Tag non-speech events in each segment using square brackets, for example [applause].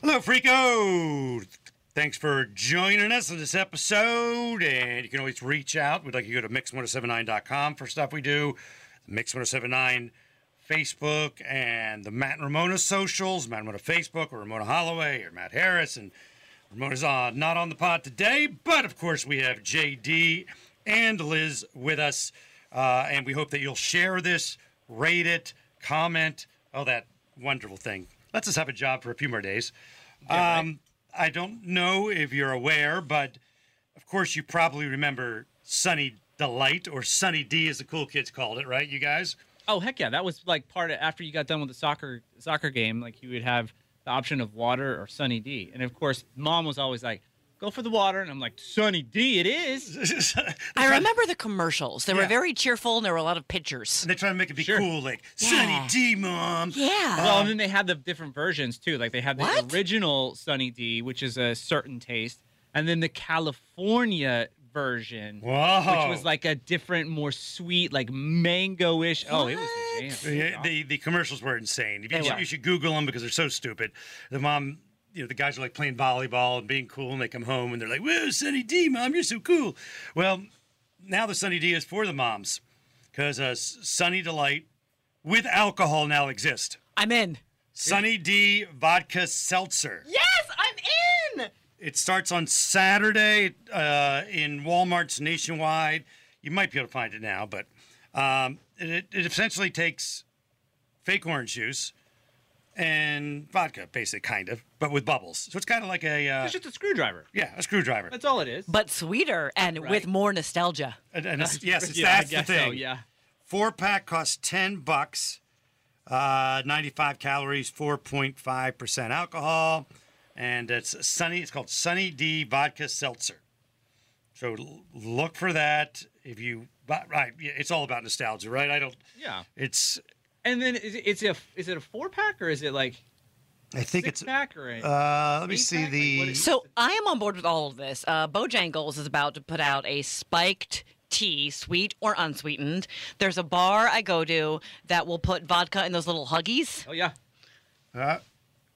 Hello, Freako! Thanks for joining us on this episode. And you can always reach out. We'd like you to oh go to mix1079.com for stuff we do. Mix1079 Facebook and the Matt and Ramona socials, Matt and Ramona Facebook or Ramona Holloway or Matt Harris. And Ramona's on, not on the pod today, but of course we have JD and Liz with us. Uh, and we hope that you'll share this, rate it, comment, all that wonderful thing. Let's us have a job for a few more days. Um, I don't know if you're aware, but of course you probably remember Sunny Delight or Sunny D, as the cool kids called it, right? You guys. [laughs] Oh heck yeah, that was like part of after you got done with the soccer soccer game, like you would have the option of water or Sunny D. And of course, mom was always like, "Go for the water," and I'm like, "Sunny D, it is." [laughs] I remember the commercials. They were Yeah. very cheerful and there were a lot of pictures. And they try to make it be Sure. cool, like Yeah. Sunny D, mom. Yeah. Well, and then they had the different versions too. Like they had the What? original Sunny D, which is a certain taste, and then the California version, Whoa. which was like a different, more sweet, like mango-ish. Oh, it was a jam. Yeah, the the commercials were insane. You, They should, were. you should Google them because they're so stupid. The mom, you know, the guys are like playing volleyball and being cool, and they come home and they're like, "Whoa, Sunny D, mom, you're so cool." Well, now the Sunny D is for the moms because uh, S- Sunny Delight with alcohol now exists. I'm in. Sunny D vodka seltzer. Yes, I'm in. It starts on Saturday uh, in Walmart's nationwide. You might be able to find it now, but um, it, it essentially takes fake orange juice and vodka, basically, kind of, but with bubbles. So it's kind of like a uh, It's just a screwdriver. yeah, a screwdriver. That's all it is. But sweeter and with more nostalgia. And, and [laughs] it's- yes, it's, Yeah, I that's the guess so, thing. yeah. Four pack costs ten bucks. Uh, Ninety-five calories, four point five percent alcohol, and it's Sunny. It's called Sunny D Vodka Seltzer. So l- look for that if you. But, right, yeah, it's all about nostalgia, right? I don't. Yeah. It's. And then is it, it's a is it a four pack or is it like I think six it's. pack or a, Uh, let me see Eight-pack? Like, what the. is- So I am on board with all of this. Uh, Bojangles is about to put out a spiked tea, sweet or unsweetened. There's a bar I go to that will put vodka in those little huggies. oh yeah. Uh,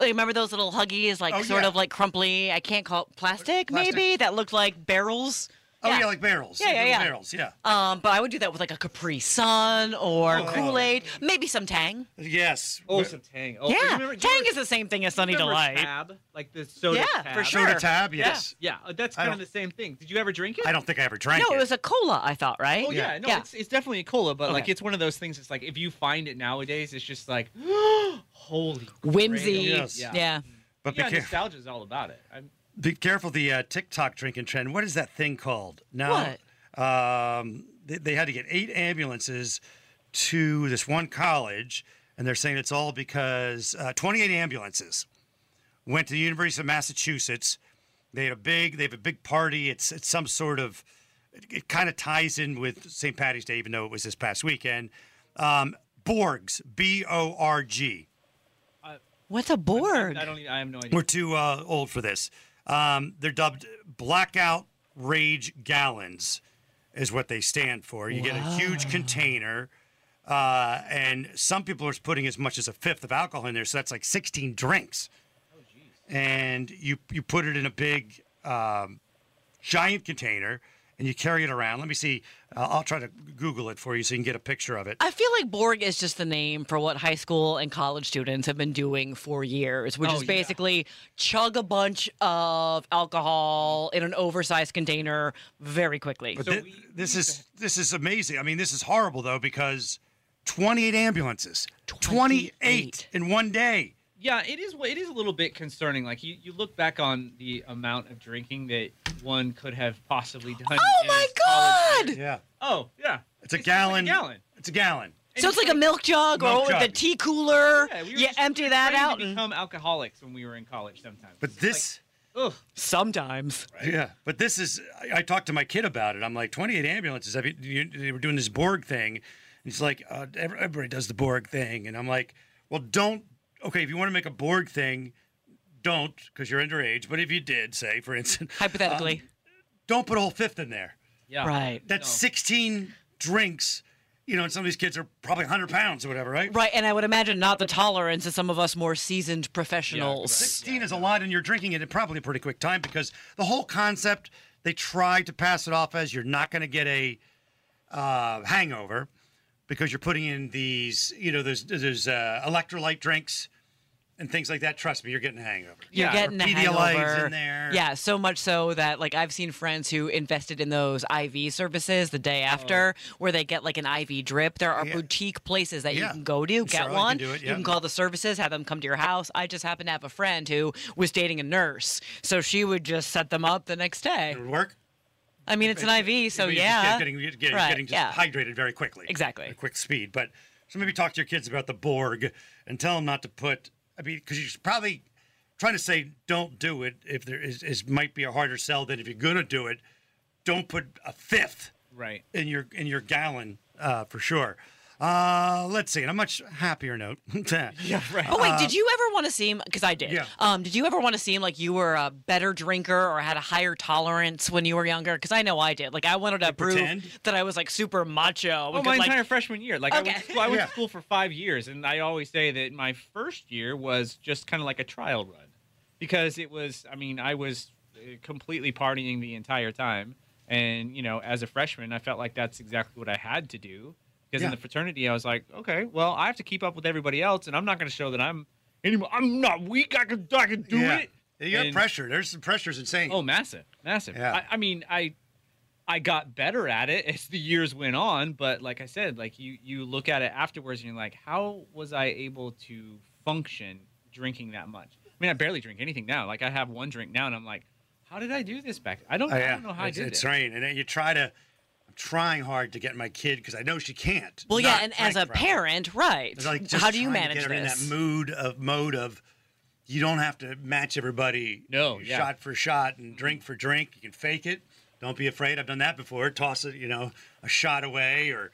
Like, Remember those little huggies, like Oh, sort yeah. of like crumply, I can't call it plastic, Plastic. maybe, that looked like barrels. oh yeah. like barrels. Yeah, yeah, little yeah. Barrels, yeah. Um, but I would do that with like a Capri Sun or Kool Aid, maybe some Tang. Yes. Oh, some Tang. Oh, yeah, you remember- do you Tang remember- is the same thing as Sunny remember Delight. Tab, like the soda. Yeah, tab? for Soda sure. tab. Yes. Yeah, uh, that's I kind of don't- the same thing. Did you ever drink it? I don't think I ever drank No, it. it was a cola, I thought, right? Oh yeah, no, yeah. It's, it's definitely a cola, but like Okay. it's one of those things. It's like if you find it nowadays, it's just like [gasps] holy Whimsy. grail. Yes. Yeah, Yeah. but be yeah careful. nostalgia is all about it. I'm, Be careful the uh, TikTok drinking trend. What is that thing called? Now, Um, they, they had to get eight ambulances to this one college, and they're saying it's all because uh, 28 ambulances went to the University of Massachusetts. They had a big, they have a big party. It's it's some sort of, it, kind of ties in with St. Patty's Day, even though it was this past weekend. Um, Borgs, B O R G. What's a Borg? I don't. Even, I have no idea. We're too uh, old for this. Um, they're dubbed blackout rage gallons, is what they stand for. You get a huge container, uh, and some people are putting as much as a fifth of alcohol in there, so that's like 16 drinks. And you you put it in a big um, giant container, and you carry it around. Let me see. Uh, I'll try to Google it for you so you can get a picture of it. I feel like Borg is just the name for what high school and college students have been doing for years, which Oh, is yeah. basically chug a bunch of alcohol in an oversized container very quickly. But thi- this is this is amazing. I mean, this is horrible though because 28 ambulances, 28, 28. in one day. Yeah, it is. It is a little bit concerning. Like you, you look back on the amount of drinking that one could have possibly done. oh in my college. God! Yeah, Oh yeah, it's a just like gallon. a gallon. It's a gallon. So it's like a milk jug or Milk what- the jug. tea cooler. Yeah, we were you just empty too that afraid out. To And, become alcoholics when we were in college sometimes. But It's this, like, ugh. sometimes. yeah, but this is. I, I talked to my kid about it. I'm like, 28 ambulances. Have you, you, they were doing this Borg thing. And he's like, uh, every- everybody does the Borg thing, and I'm like, well, don't. Okay, if you want to make a Borg thing, don't because you're underage. But if you did, say for instance, [laughs] Hypothetically. don't put a whole fifth in there. Yeah. right. That's 16 drinks. You know, and some of these kids are probably 100 pounds or whatever, right? Right, and I would imagine not the tolerance of some of us more seasoned professionals. 16 is a lot, and you're drinking it in probably a pretty quick time because the whole concept they try to pass it off as you're not going to get a uh, hangover because you're putting in these, you know, there's there's uh, electrolyte drinks and things like that. Trust me, you're getting a hangover. You're Yeah, or getting a Pedialyte's in hangover. there. Yeah, so much so that like I've seen friends who invested in those IV services the Oh. day after, where they get like an IV drip. There are boutique places that Yeah. you can go to, get Charlotte can one. do it, You yeah. can call the services, have them come to your house. I just happen to have a friend who was dating a nurse, so she would just set them up the next day. It would work. I mean, it's an IV, so I mean, yeah, just getting getting, getting, Right, getting just yeah. hydrated very quickly. Exactly. At a quick speed, but so maybe talk to your kids about the Borg and tell them not to put. I mean, because you're probably trying to say don't do it. If there is, is might be a harder sell than if you're gonna do it. Don't put a fifth Right. [laughs] in your in your gallon uh, for sure. Uh, let's see. On a much happier note. [laughs] yeah. Right. Oh wait, did you ever want to seem? Because I did. Uh, yeah. Um, did you ever want to seem like you were a better drinker or had a higher tolerance when you were younger? Because I know I did. Like I wanted to prove pretend? Oh, that I was like super macho. Well, because, Oh, my like, entire freshman year, like I went, Okay. to school, I went Yeah. to school for five years, and I always say that my first year was just kind of like a trial run, because it was. I mean, I was uh, completely partying the entire time, and you know, as a freshman, I felt like that's exactly what I had to do. Because in Yeah. the fraternity, I was like, okay, well, I have to keep up with everybody else, and I'm not going to show that I'm anymore. I'm not weak. I can, I can do Yeah. it. You got And- pressure. There's some pressures insane. Oh, massive, massive. Yeah. I, I mean, I I got better at it [laughs] as the years went on, but like I said, like you you look at it afterwards and you're like, how was I able to function drinking that much? I mean, I barely drink anything now. Like I have one drink now, and I'm like, how did I do this back? I don't, Oh, I yeah. don't know how it's, I did it's it. [laughs] right. [laughs] And then you try to. I'm trying hard to get my kid because I know she can't. well, yeah, not and as drink a properly. parent, right? It's like just How do you trying to manage get her this? in that mood of mode of you don't have to match everybody No, yeah. shot for shot and drink for drink. You can fake it. Don't be afraid. I've done that before. Toss it, you know, a shot away or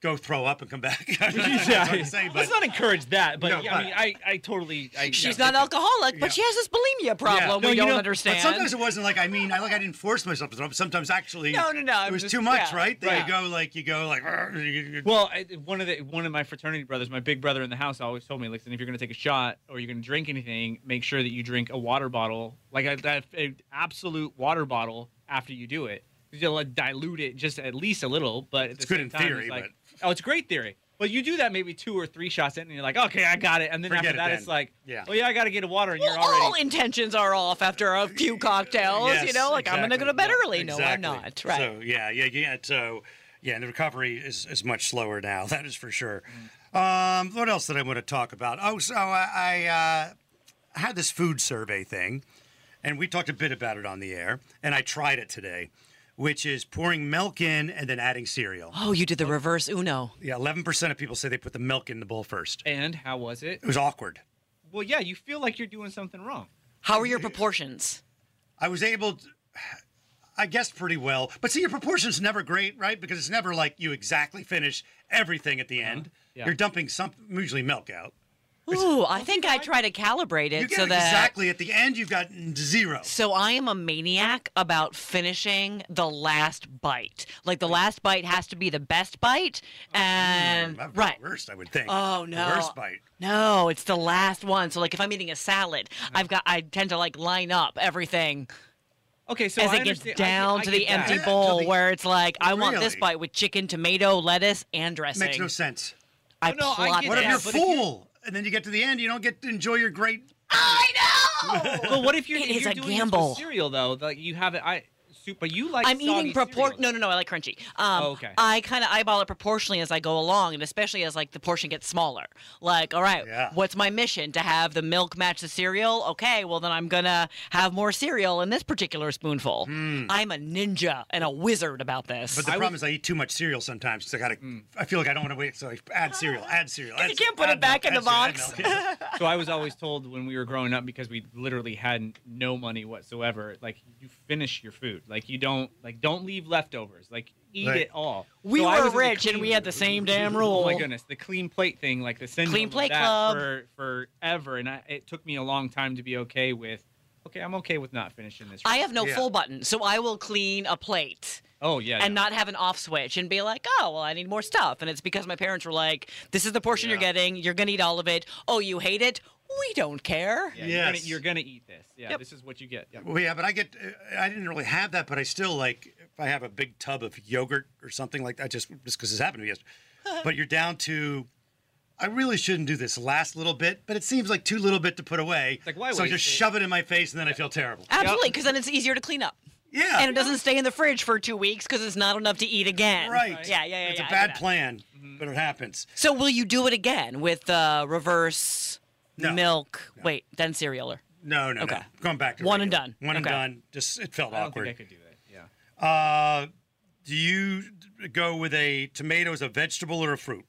go throw up and come back. [laughs] That's [laughs] what I'm saying, but Let's not encourage that, but No, yeah, I but- mean, I, I totally. I, She's yeah. not alcoholic, but she has this bulimia problem No, we you don't know, but understand. But sometimes it wasn't like I mean I like I didn't force myself to throw up. Sometimes actually No, no, no, it was just- too much, yeah, right? That right. you go like you go like "Arr," you- you- Well, I, one of the one of my fraternity brothers, my big brother in the house, always told me, listen, if you're going to take a shot or you're going to drink anything, make sure that you drink a water bottle, like a, a, a absolute water bottle after you do it. 'Cause You'll like, dilute it just at least a little, but at It's the good same in time, theory, it's like, oh, it's great theory. But you do that maybe two or three shots in, and you're like, okay, I got it. And then Forget after it that, then. it's like, Yeah. oh yeah, I got to get a water, and well, you're already all intentions are off after a few cocktails. Yes, you know, like I'm gonna exactly. go to bed Yeah, early. No, I'm exactly. not. Right. So yeah, yeah, yeah. So yeah, and the recovery is, is much slower now. [laughs] That is for sure. Mm. Um, what else did I want to talk about? Oh, so I, I uh, had this food survey thing, and we talked a bit about it on the air, and I tried it today, which is pouring milk in and then adding [gasps] cereal. oh, you did the reverse Uno. Yeah, eleven percent of people say they put the milk in the bowl first. And how was it? It was awkward. Well, yeah, you feel like you're doing something wrong. How [laughs] are your proportions? I was able to, I guessed pretty well. But see, your proportion's never great, right? Because it's never like you exactly finish everything at the end. Yeah. You're dumping some, usually milk out. Ooh, I think I try to calibrate You it get so it that exactly at the end, you've got zero. So I am a maniac about finishing the last bite. Like the last bite has to be the best bite, Oh, and Not the right. Worst, I would think. Oh The no! Worst bite. No, it's the last one. So like if I'm eating a salad, Mm-hmm. I've got I tend to like line up everything Okay, so as I it gets understand- I get- down I to get the that. empty Yeah, till bowl, the- where it's like I want this Really? bite with chicken, tomato, lettuce, and dressing. Makes no sense. I Oh, no, I plot get What it that, if you're out. but if you- full and then you get to the end, you don't get to enjoy your great. I know. Well, what if you're, [laughs] It if is you're a doing this with gamble. cereal though? Like you have it. I soup, but you like. I'm eating soggy propor. cereal. No, no, no. I like crunchy. Um, Oh, okay. I kind of eyeball it proportionally as I go along, and especially as like the portion gets smaller. Like, all right, Yeah. what's my mission to have the milk match the cereal? Okay, well then I'm gonna have more cereal in this particular spoonful. Hmm. I'm a ninja and a wizard about this. But the problem is I eat too much cereal sometimes because I gotta. I feel like I don't want to wait, so I add cereal, add cereal. Add you cereal, can't put add it back milk, in the add box. cereal, add milk. So I was always told when we were growing up because we literally had no money whatsoever. Like you finish your food. Like you don't like don't leave leftovers. Like eat Right. it all. We So I were was in the rich and clean- we had the same damn rule. Oh my goodness, the clean plate thing, like the syndrome Clean of plate that club. for forever, and I, it took me a long time to be okay with. Okay, I'm okay with not finishing this. I have no Yeah. full button, so I will clean a plate. Oh yeah. and no. not have an off switch and be like, oh, well, I need more stuff. And it's because my parents were like, this is the portion you're Yeah. getting. You're going to eat all of it. Oh, you hate it? We don't care. Yeah, you're, gonna, Yes. you're gonna eat this. Yeah, Yep. this is what you get. Yep. Well, yeah, but I get. I didn't really have that, but I still like. If I have a big tub of yogurt or something like that, just just because this happened to me [laughs] yesterday. but you're down to. I really shouldn't do this last little bit, but it seems like too little bit to put away. like, why so I waste just it? shove it in my face and then I feel terrible. Absolutely, because then it's easier to clean up. Yeah. And it doesn't stay in the fridge for two weeks because it's not enough to eat again. Right. Yeah, yeah, yeah. It's yeah, I a get bad that. Mm-hmm. plan, but it happens. So will you do it again with uh, reverse No. milk? Wait, then cereal or No, no, no. Okay. Going back to One and regular. done. One and Okay. done. Just it felt I don't awkward. think I could do that. Yeah. Uh, do you d- go with a tomato as a vegetable or a fruit?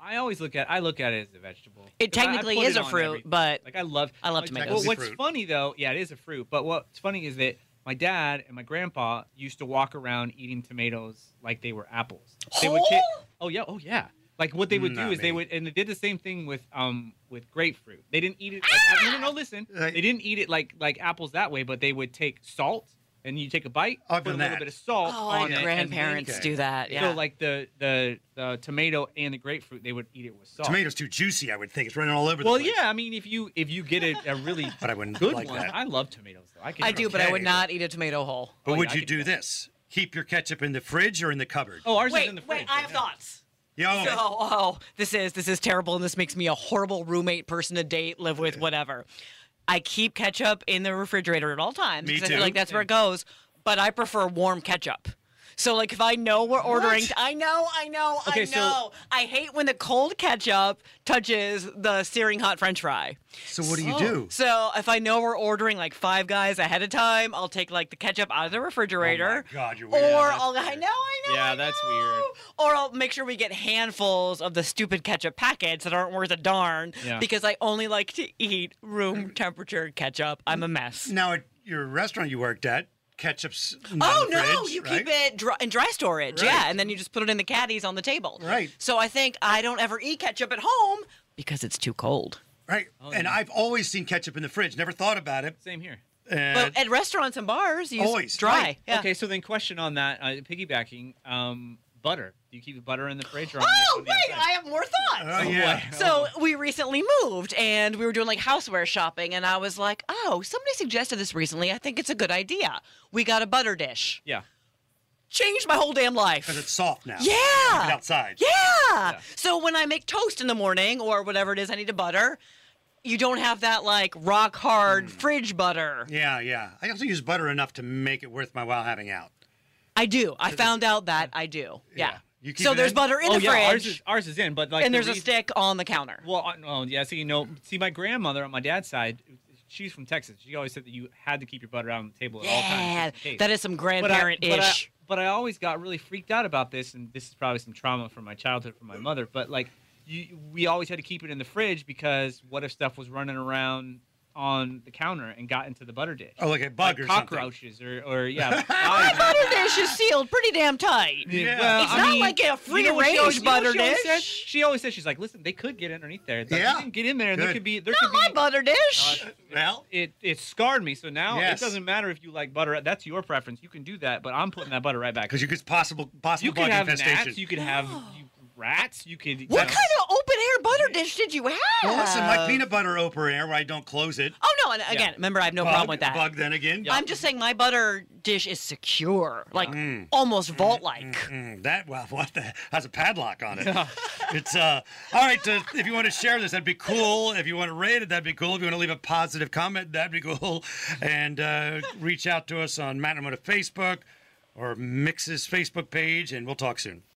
I always look at I look at it as a vegetable. It 'Cause I- I technically put is it a on fruit, everything. but like I love I love my- tomatoes. Well, what's Fruit. funny though, yeah, it is a fruit. But what's funny is that my dad and my grandpa used to walk around eating tomatoes like they were apples. They would Whole? Oh yeah, oh yeah. Like what they would do Not is me. they would and they did the same thing with um with grapefruit. They didn't eat it Ah! like, no, no no listen. Like- They didn't eat it like like apples that way, but they would take salt and you take a bite, I've put a done little that. bit of salt on Oh, my it, and then- grandparents Okay. do that. Yeah. so like the, the the tomato and the grapefruit, they would eat it with Oh. salt. Tomato's too juicy, I would think. It's running all over Well, the place. yeah. I mean, if you if you get a, a really [laughs] But I wouldn't good like one, that. I love tomatoes. Though. I, can I do, but I okay, would but- not eat a tomato whole. But Oh, yeah, would I you could do do that. this? Keep your ketchup in the fridge or in the cupboard? Oh, ours is Wait, in the fridge. wait, I have thoughts. Yo, So, oh, this is this is terrible, and this makes me a horrible roommate, person to date, live with, whatever. I keep ketchup in the refrigerator at all times Me 'cause I too. feel like that's where it goes. But I prefer warm ketchup. So, like, if I know we're ordering, I know, I know, Okay, I so- know. I hate when the cold ketchup touches the searing hot French fry. so what do you do? So, if I know we're ordering like five guys ahead of time, I'll take like the ketchup out of the refrigerator. Oh God, you're Or weird. That's I'll, I know, I know. Yeah, I that's know. weird. Or I'll make sure we get handfuls of the stupid ketchup packets that aren't worth a darn Yeah. because I only like to eat room temperature ketchup. I'm a mess. Now at your restaurant you worked at, ketchup's not Oh in the no! fridge, you right? keep it dry, in dry storage, Right. yeah, and then you just put it in the caddies on the table. Right. So I think I don't ever eat ketchup at home because it's too cold. Right. and I've always seen ketchup in the fridge. Never thought about it. Same here. And But at restaurants and bars, you Always, use dry. right. Yeah. Okay, so then question on that, uh, piggybacking, um, butter. Do you keep the butter in the fridge or? on the- Oh on the wait, I outside? have more thoughts. oh yeah. [laughs] So we recently moved and we were doing like houseware shopping and I was like, "Oh, somebody suggested this recently. I think it's a good idea. We got a butter dish. Yeah. Changed my whole damn Because it's life." soft now. Yeah. Keep it outside. Yeah. So when I make toast in the morning or whatever it is I need to butter, you don't have that like rock hard fridge butter. Yeah, yeah. I also use butter enough to make it worth my while having out. I do. I found out that I do. Yeah. Yeah. You keep So it there's in? butter in oh the yeah, ours fridge is ours is in, but like and the there's a reason- stick on the counter. Well, uh, oh yeah. So you know, see, my grandmother on my dad's side, she's from Texas. She always said that you had to keep your butter out on the table at all yeah. times. just in case. That is some But I- grandparent But I, ish. but I always got really freaked out about this, and this is probably some trauma from my childhood from my mother. But like, you, we always had to keep it in the fridge because what if stuff was running around on the counter and got into the butter dish? Oh, like a bug Like or something. cockroaches or, or yeah. My flies. butter dish is sealed pretty damn tight. Yeah. Well, It's I not mean, like a free you know what she range always- you know what butter she always dish. says? She always says she's like, listen, they could get underneath there. Like, Yeah. You can get in there, and there Good. could be there Not could be my butter dish. Well, it it scarred me. So now Yes. it doesn't matter if you like butter. That's your preference. You can do that, but I'm putting that butter right back. because you could possible possible You bug could have infestation. gnats. You could have you, rats. You could. what kind of open air butter dish did you have? Well, listen, my peanut butter opener where I don't close it. Oh No, and again, remember I have no bug, problem with that. Bug then again. I'm just saying my butter dish is secure, like almost vault-like. Mm, that well, [laughs] what the has a padlock on it. [laughs] it's uh all right. Uh, if you want to share this, that'd be cool. If you want to rate it, that'd be cool. If you want to leave a positive comment, that'd be cool. And uh, reach out to us on Matt and Moda Facebook or Mix's Facebook page, and we'll talk soon.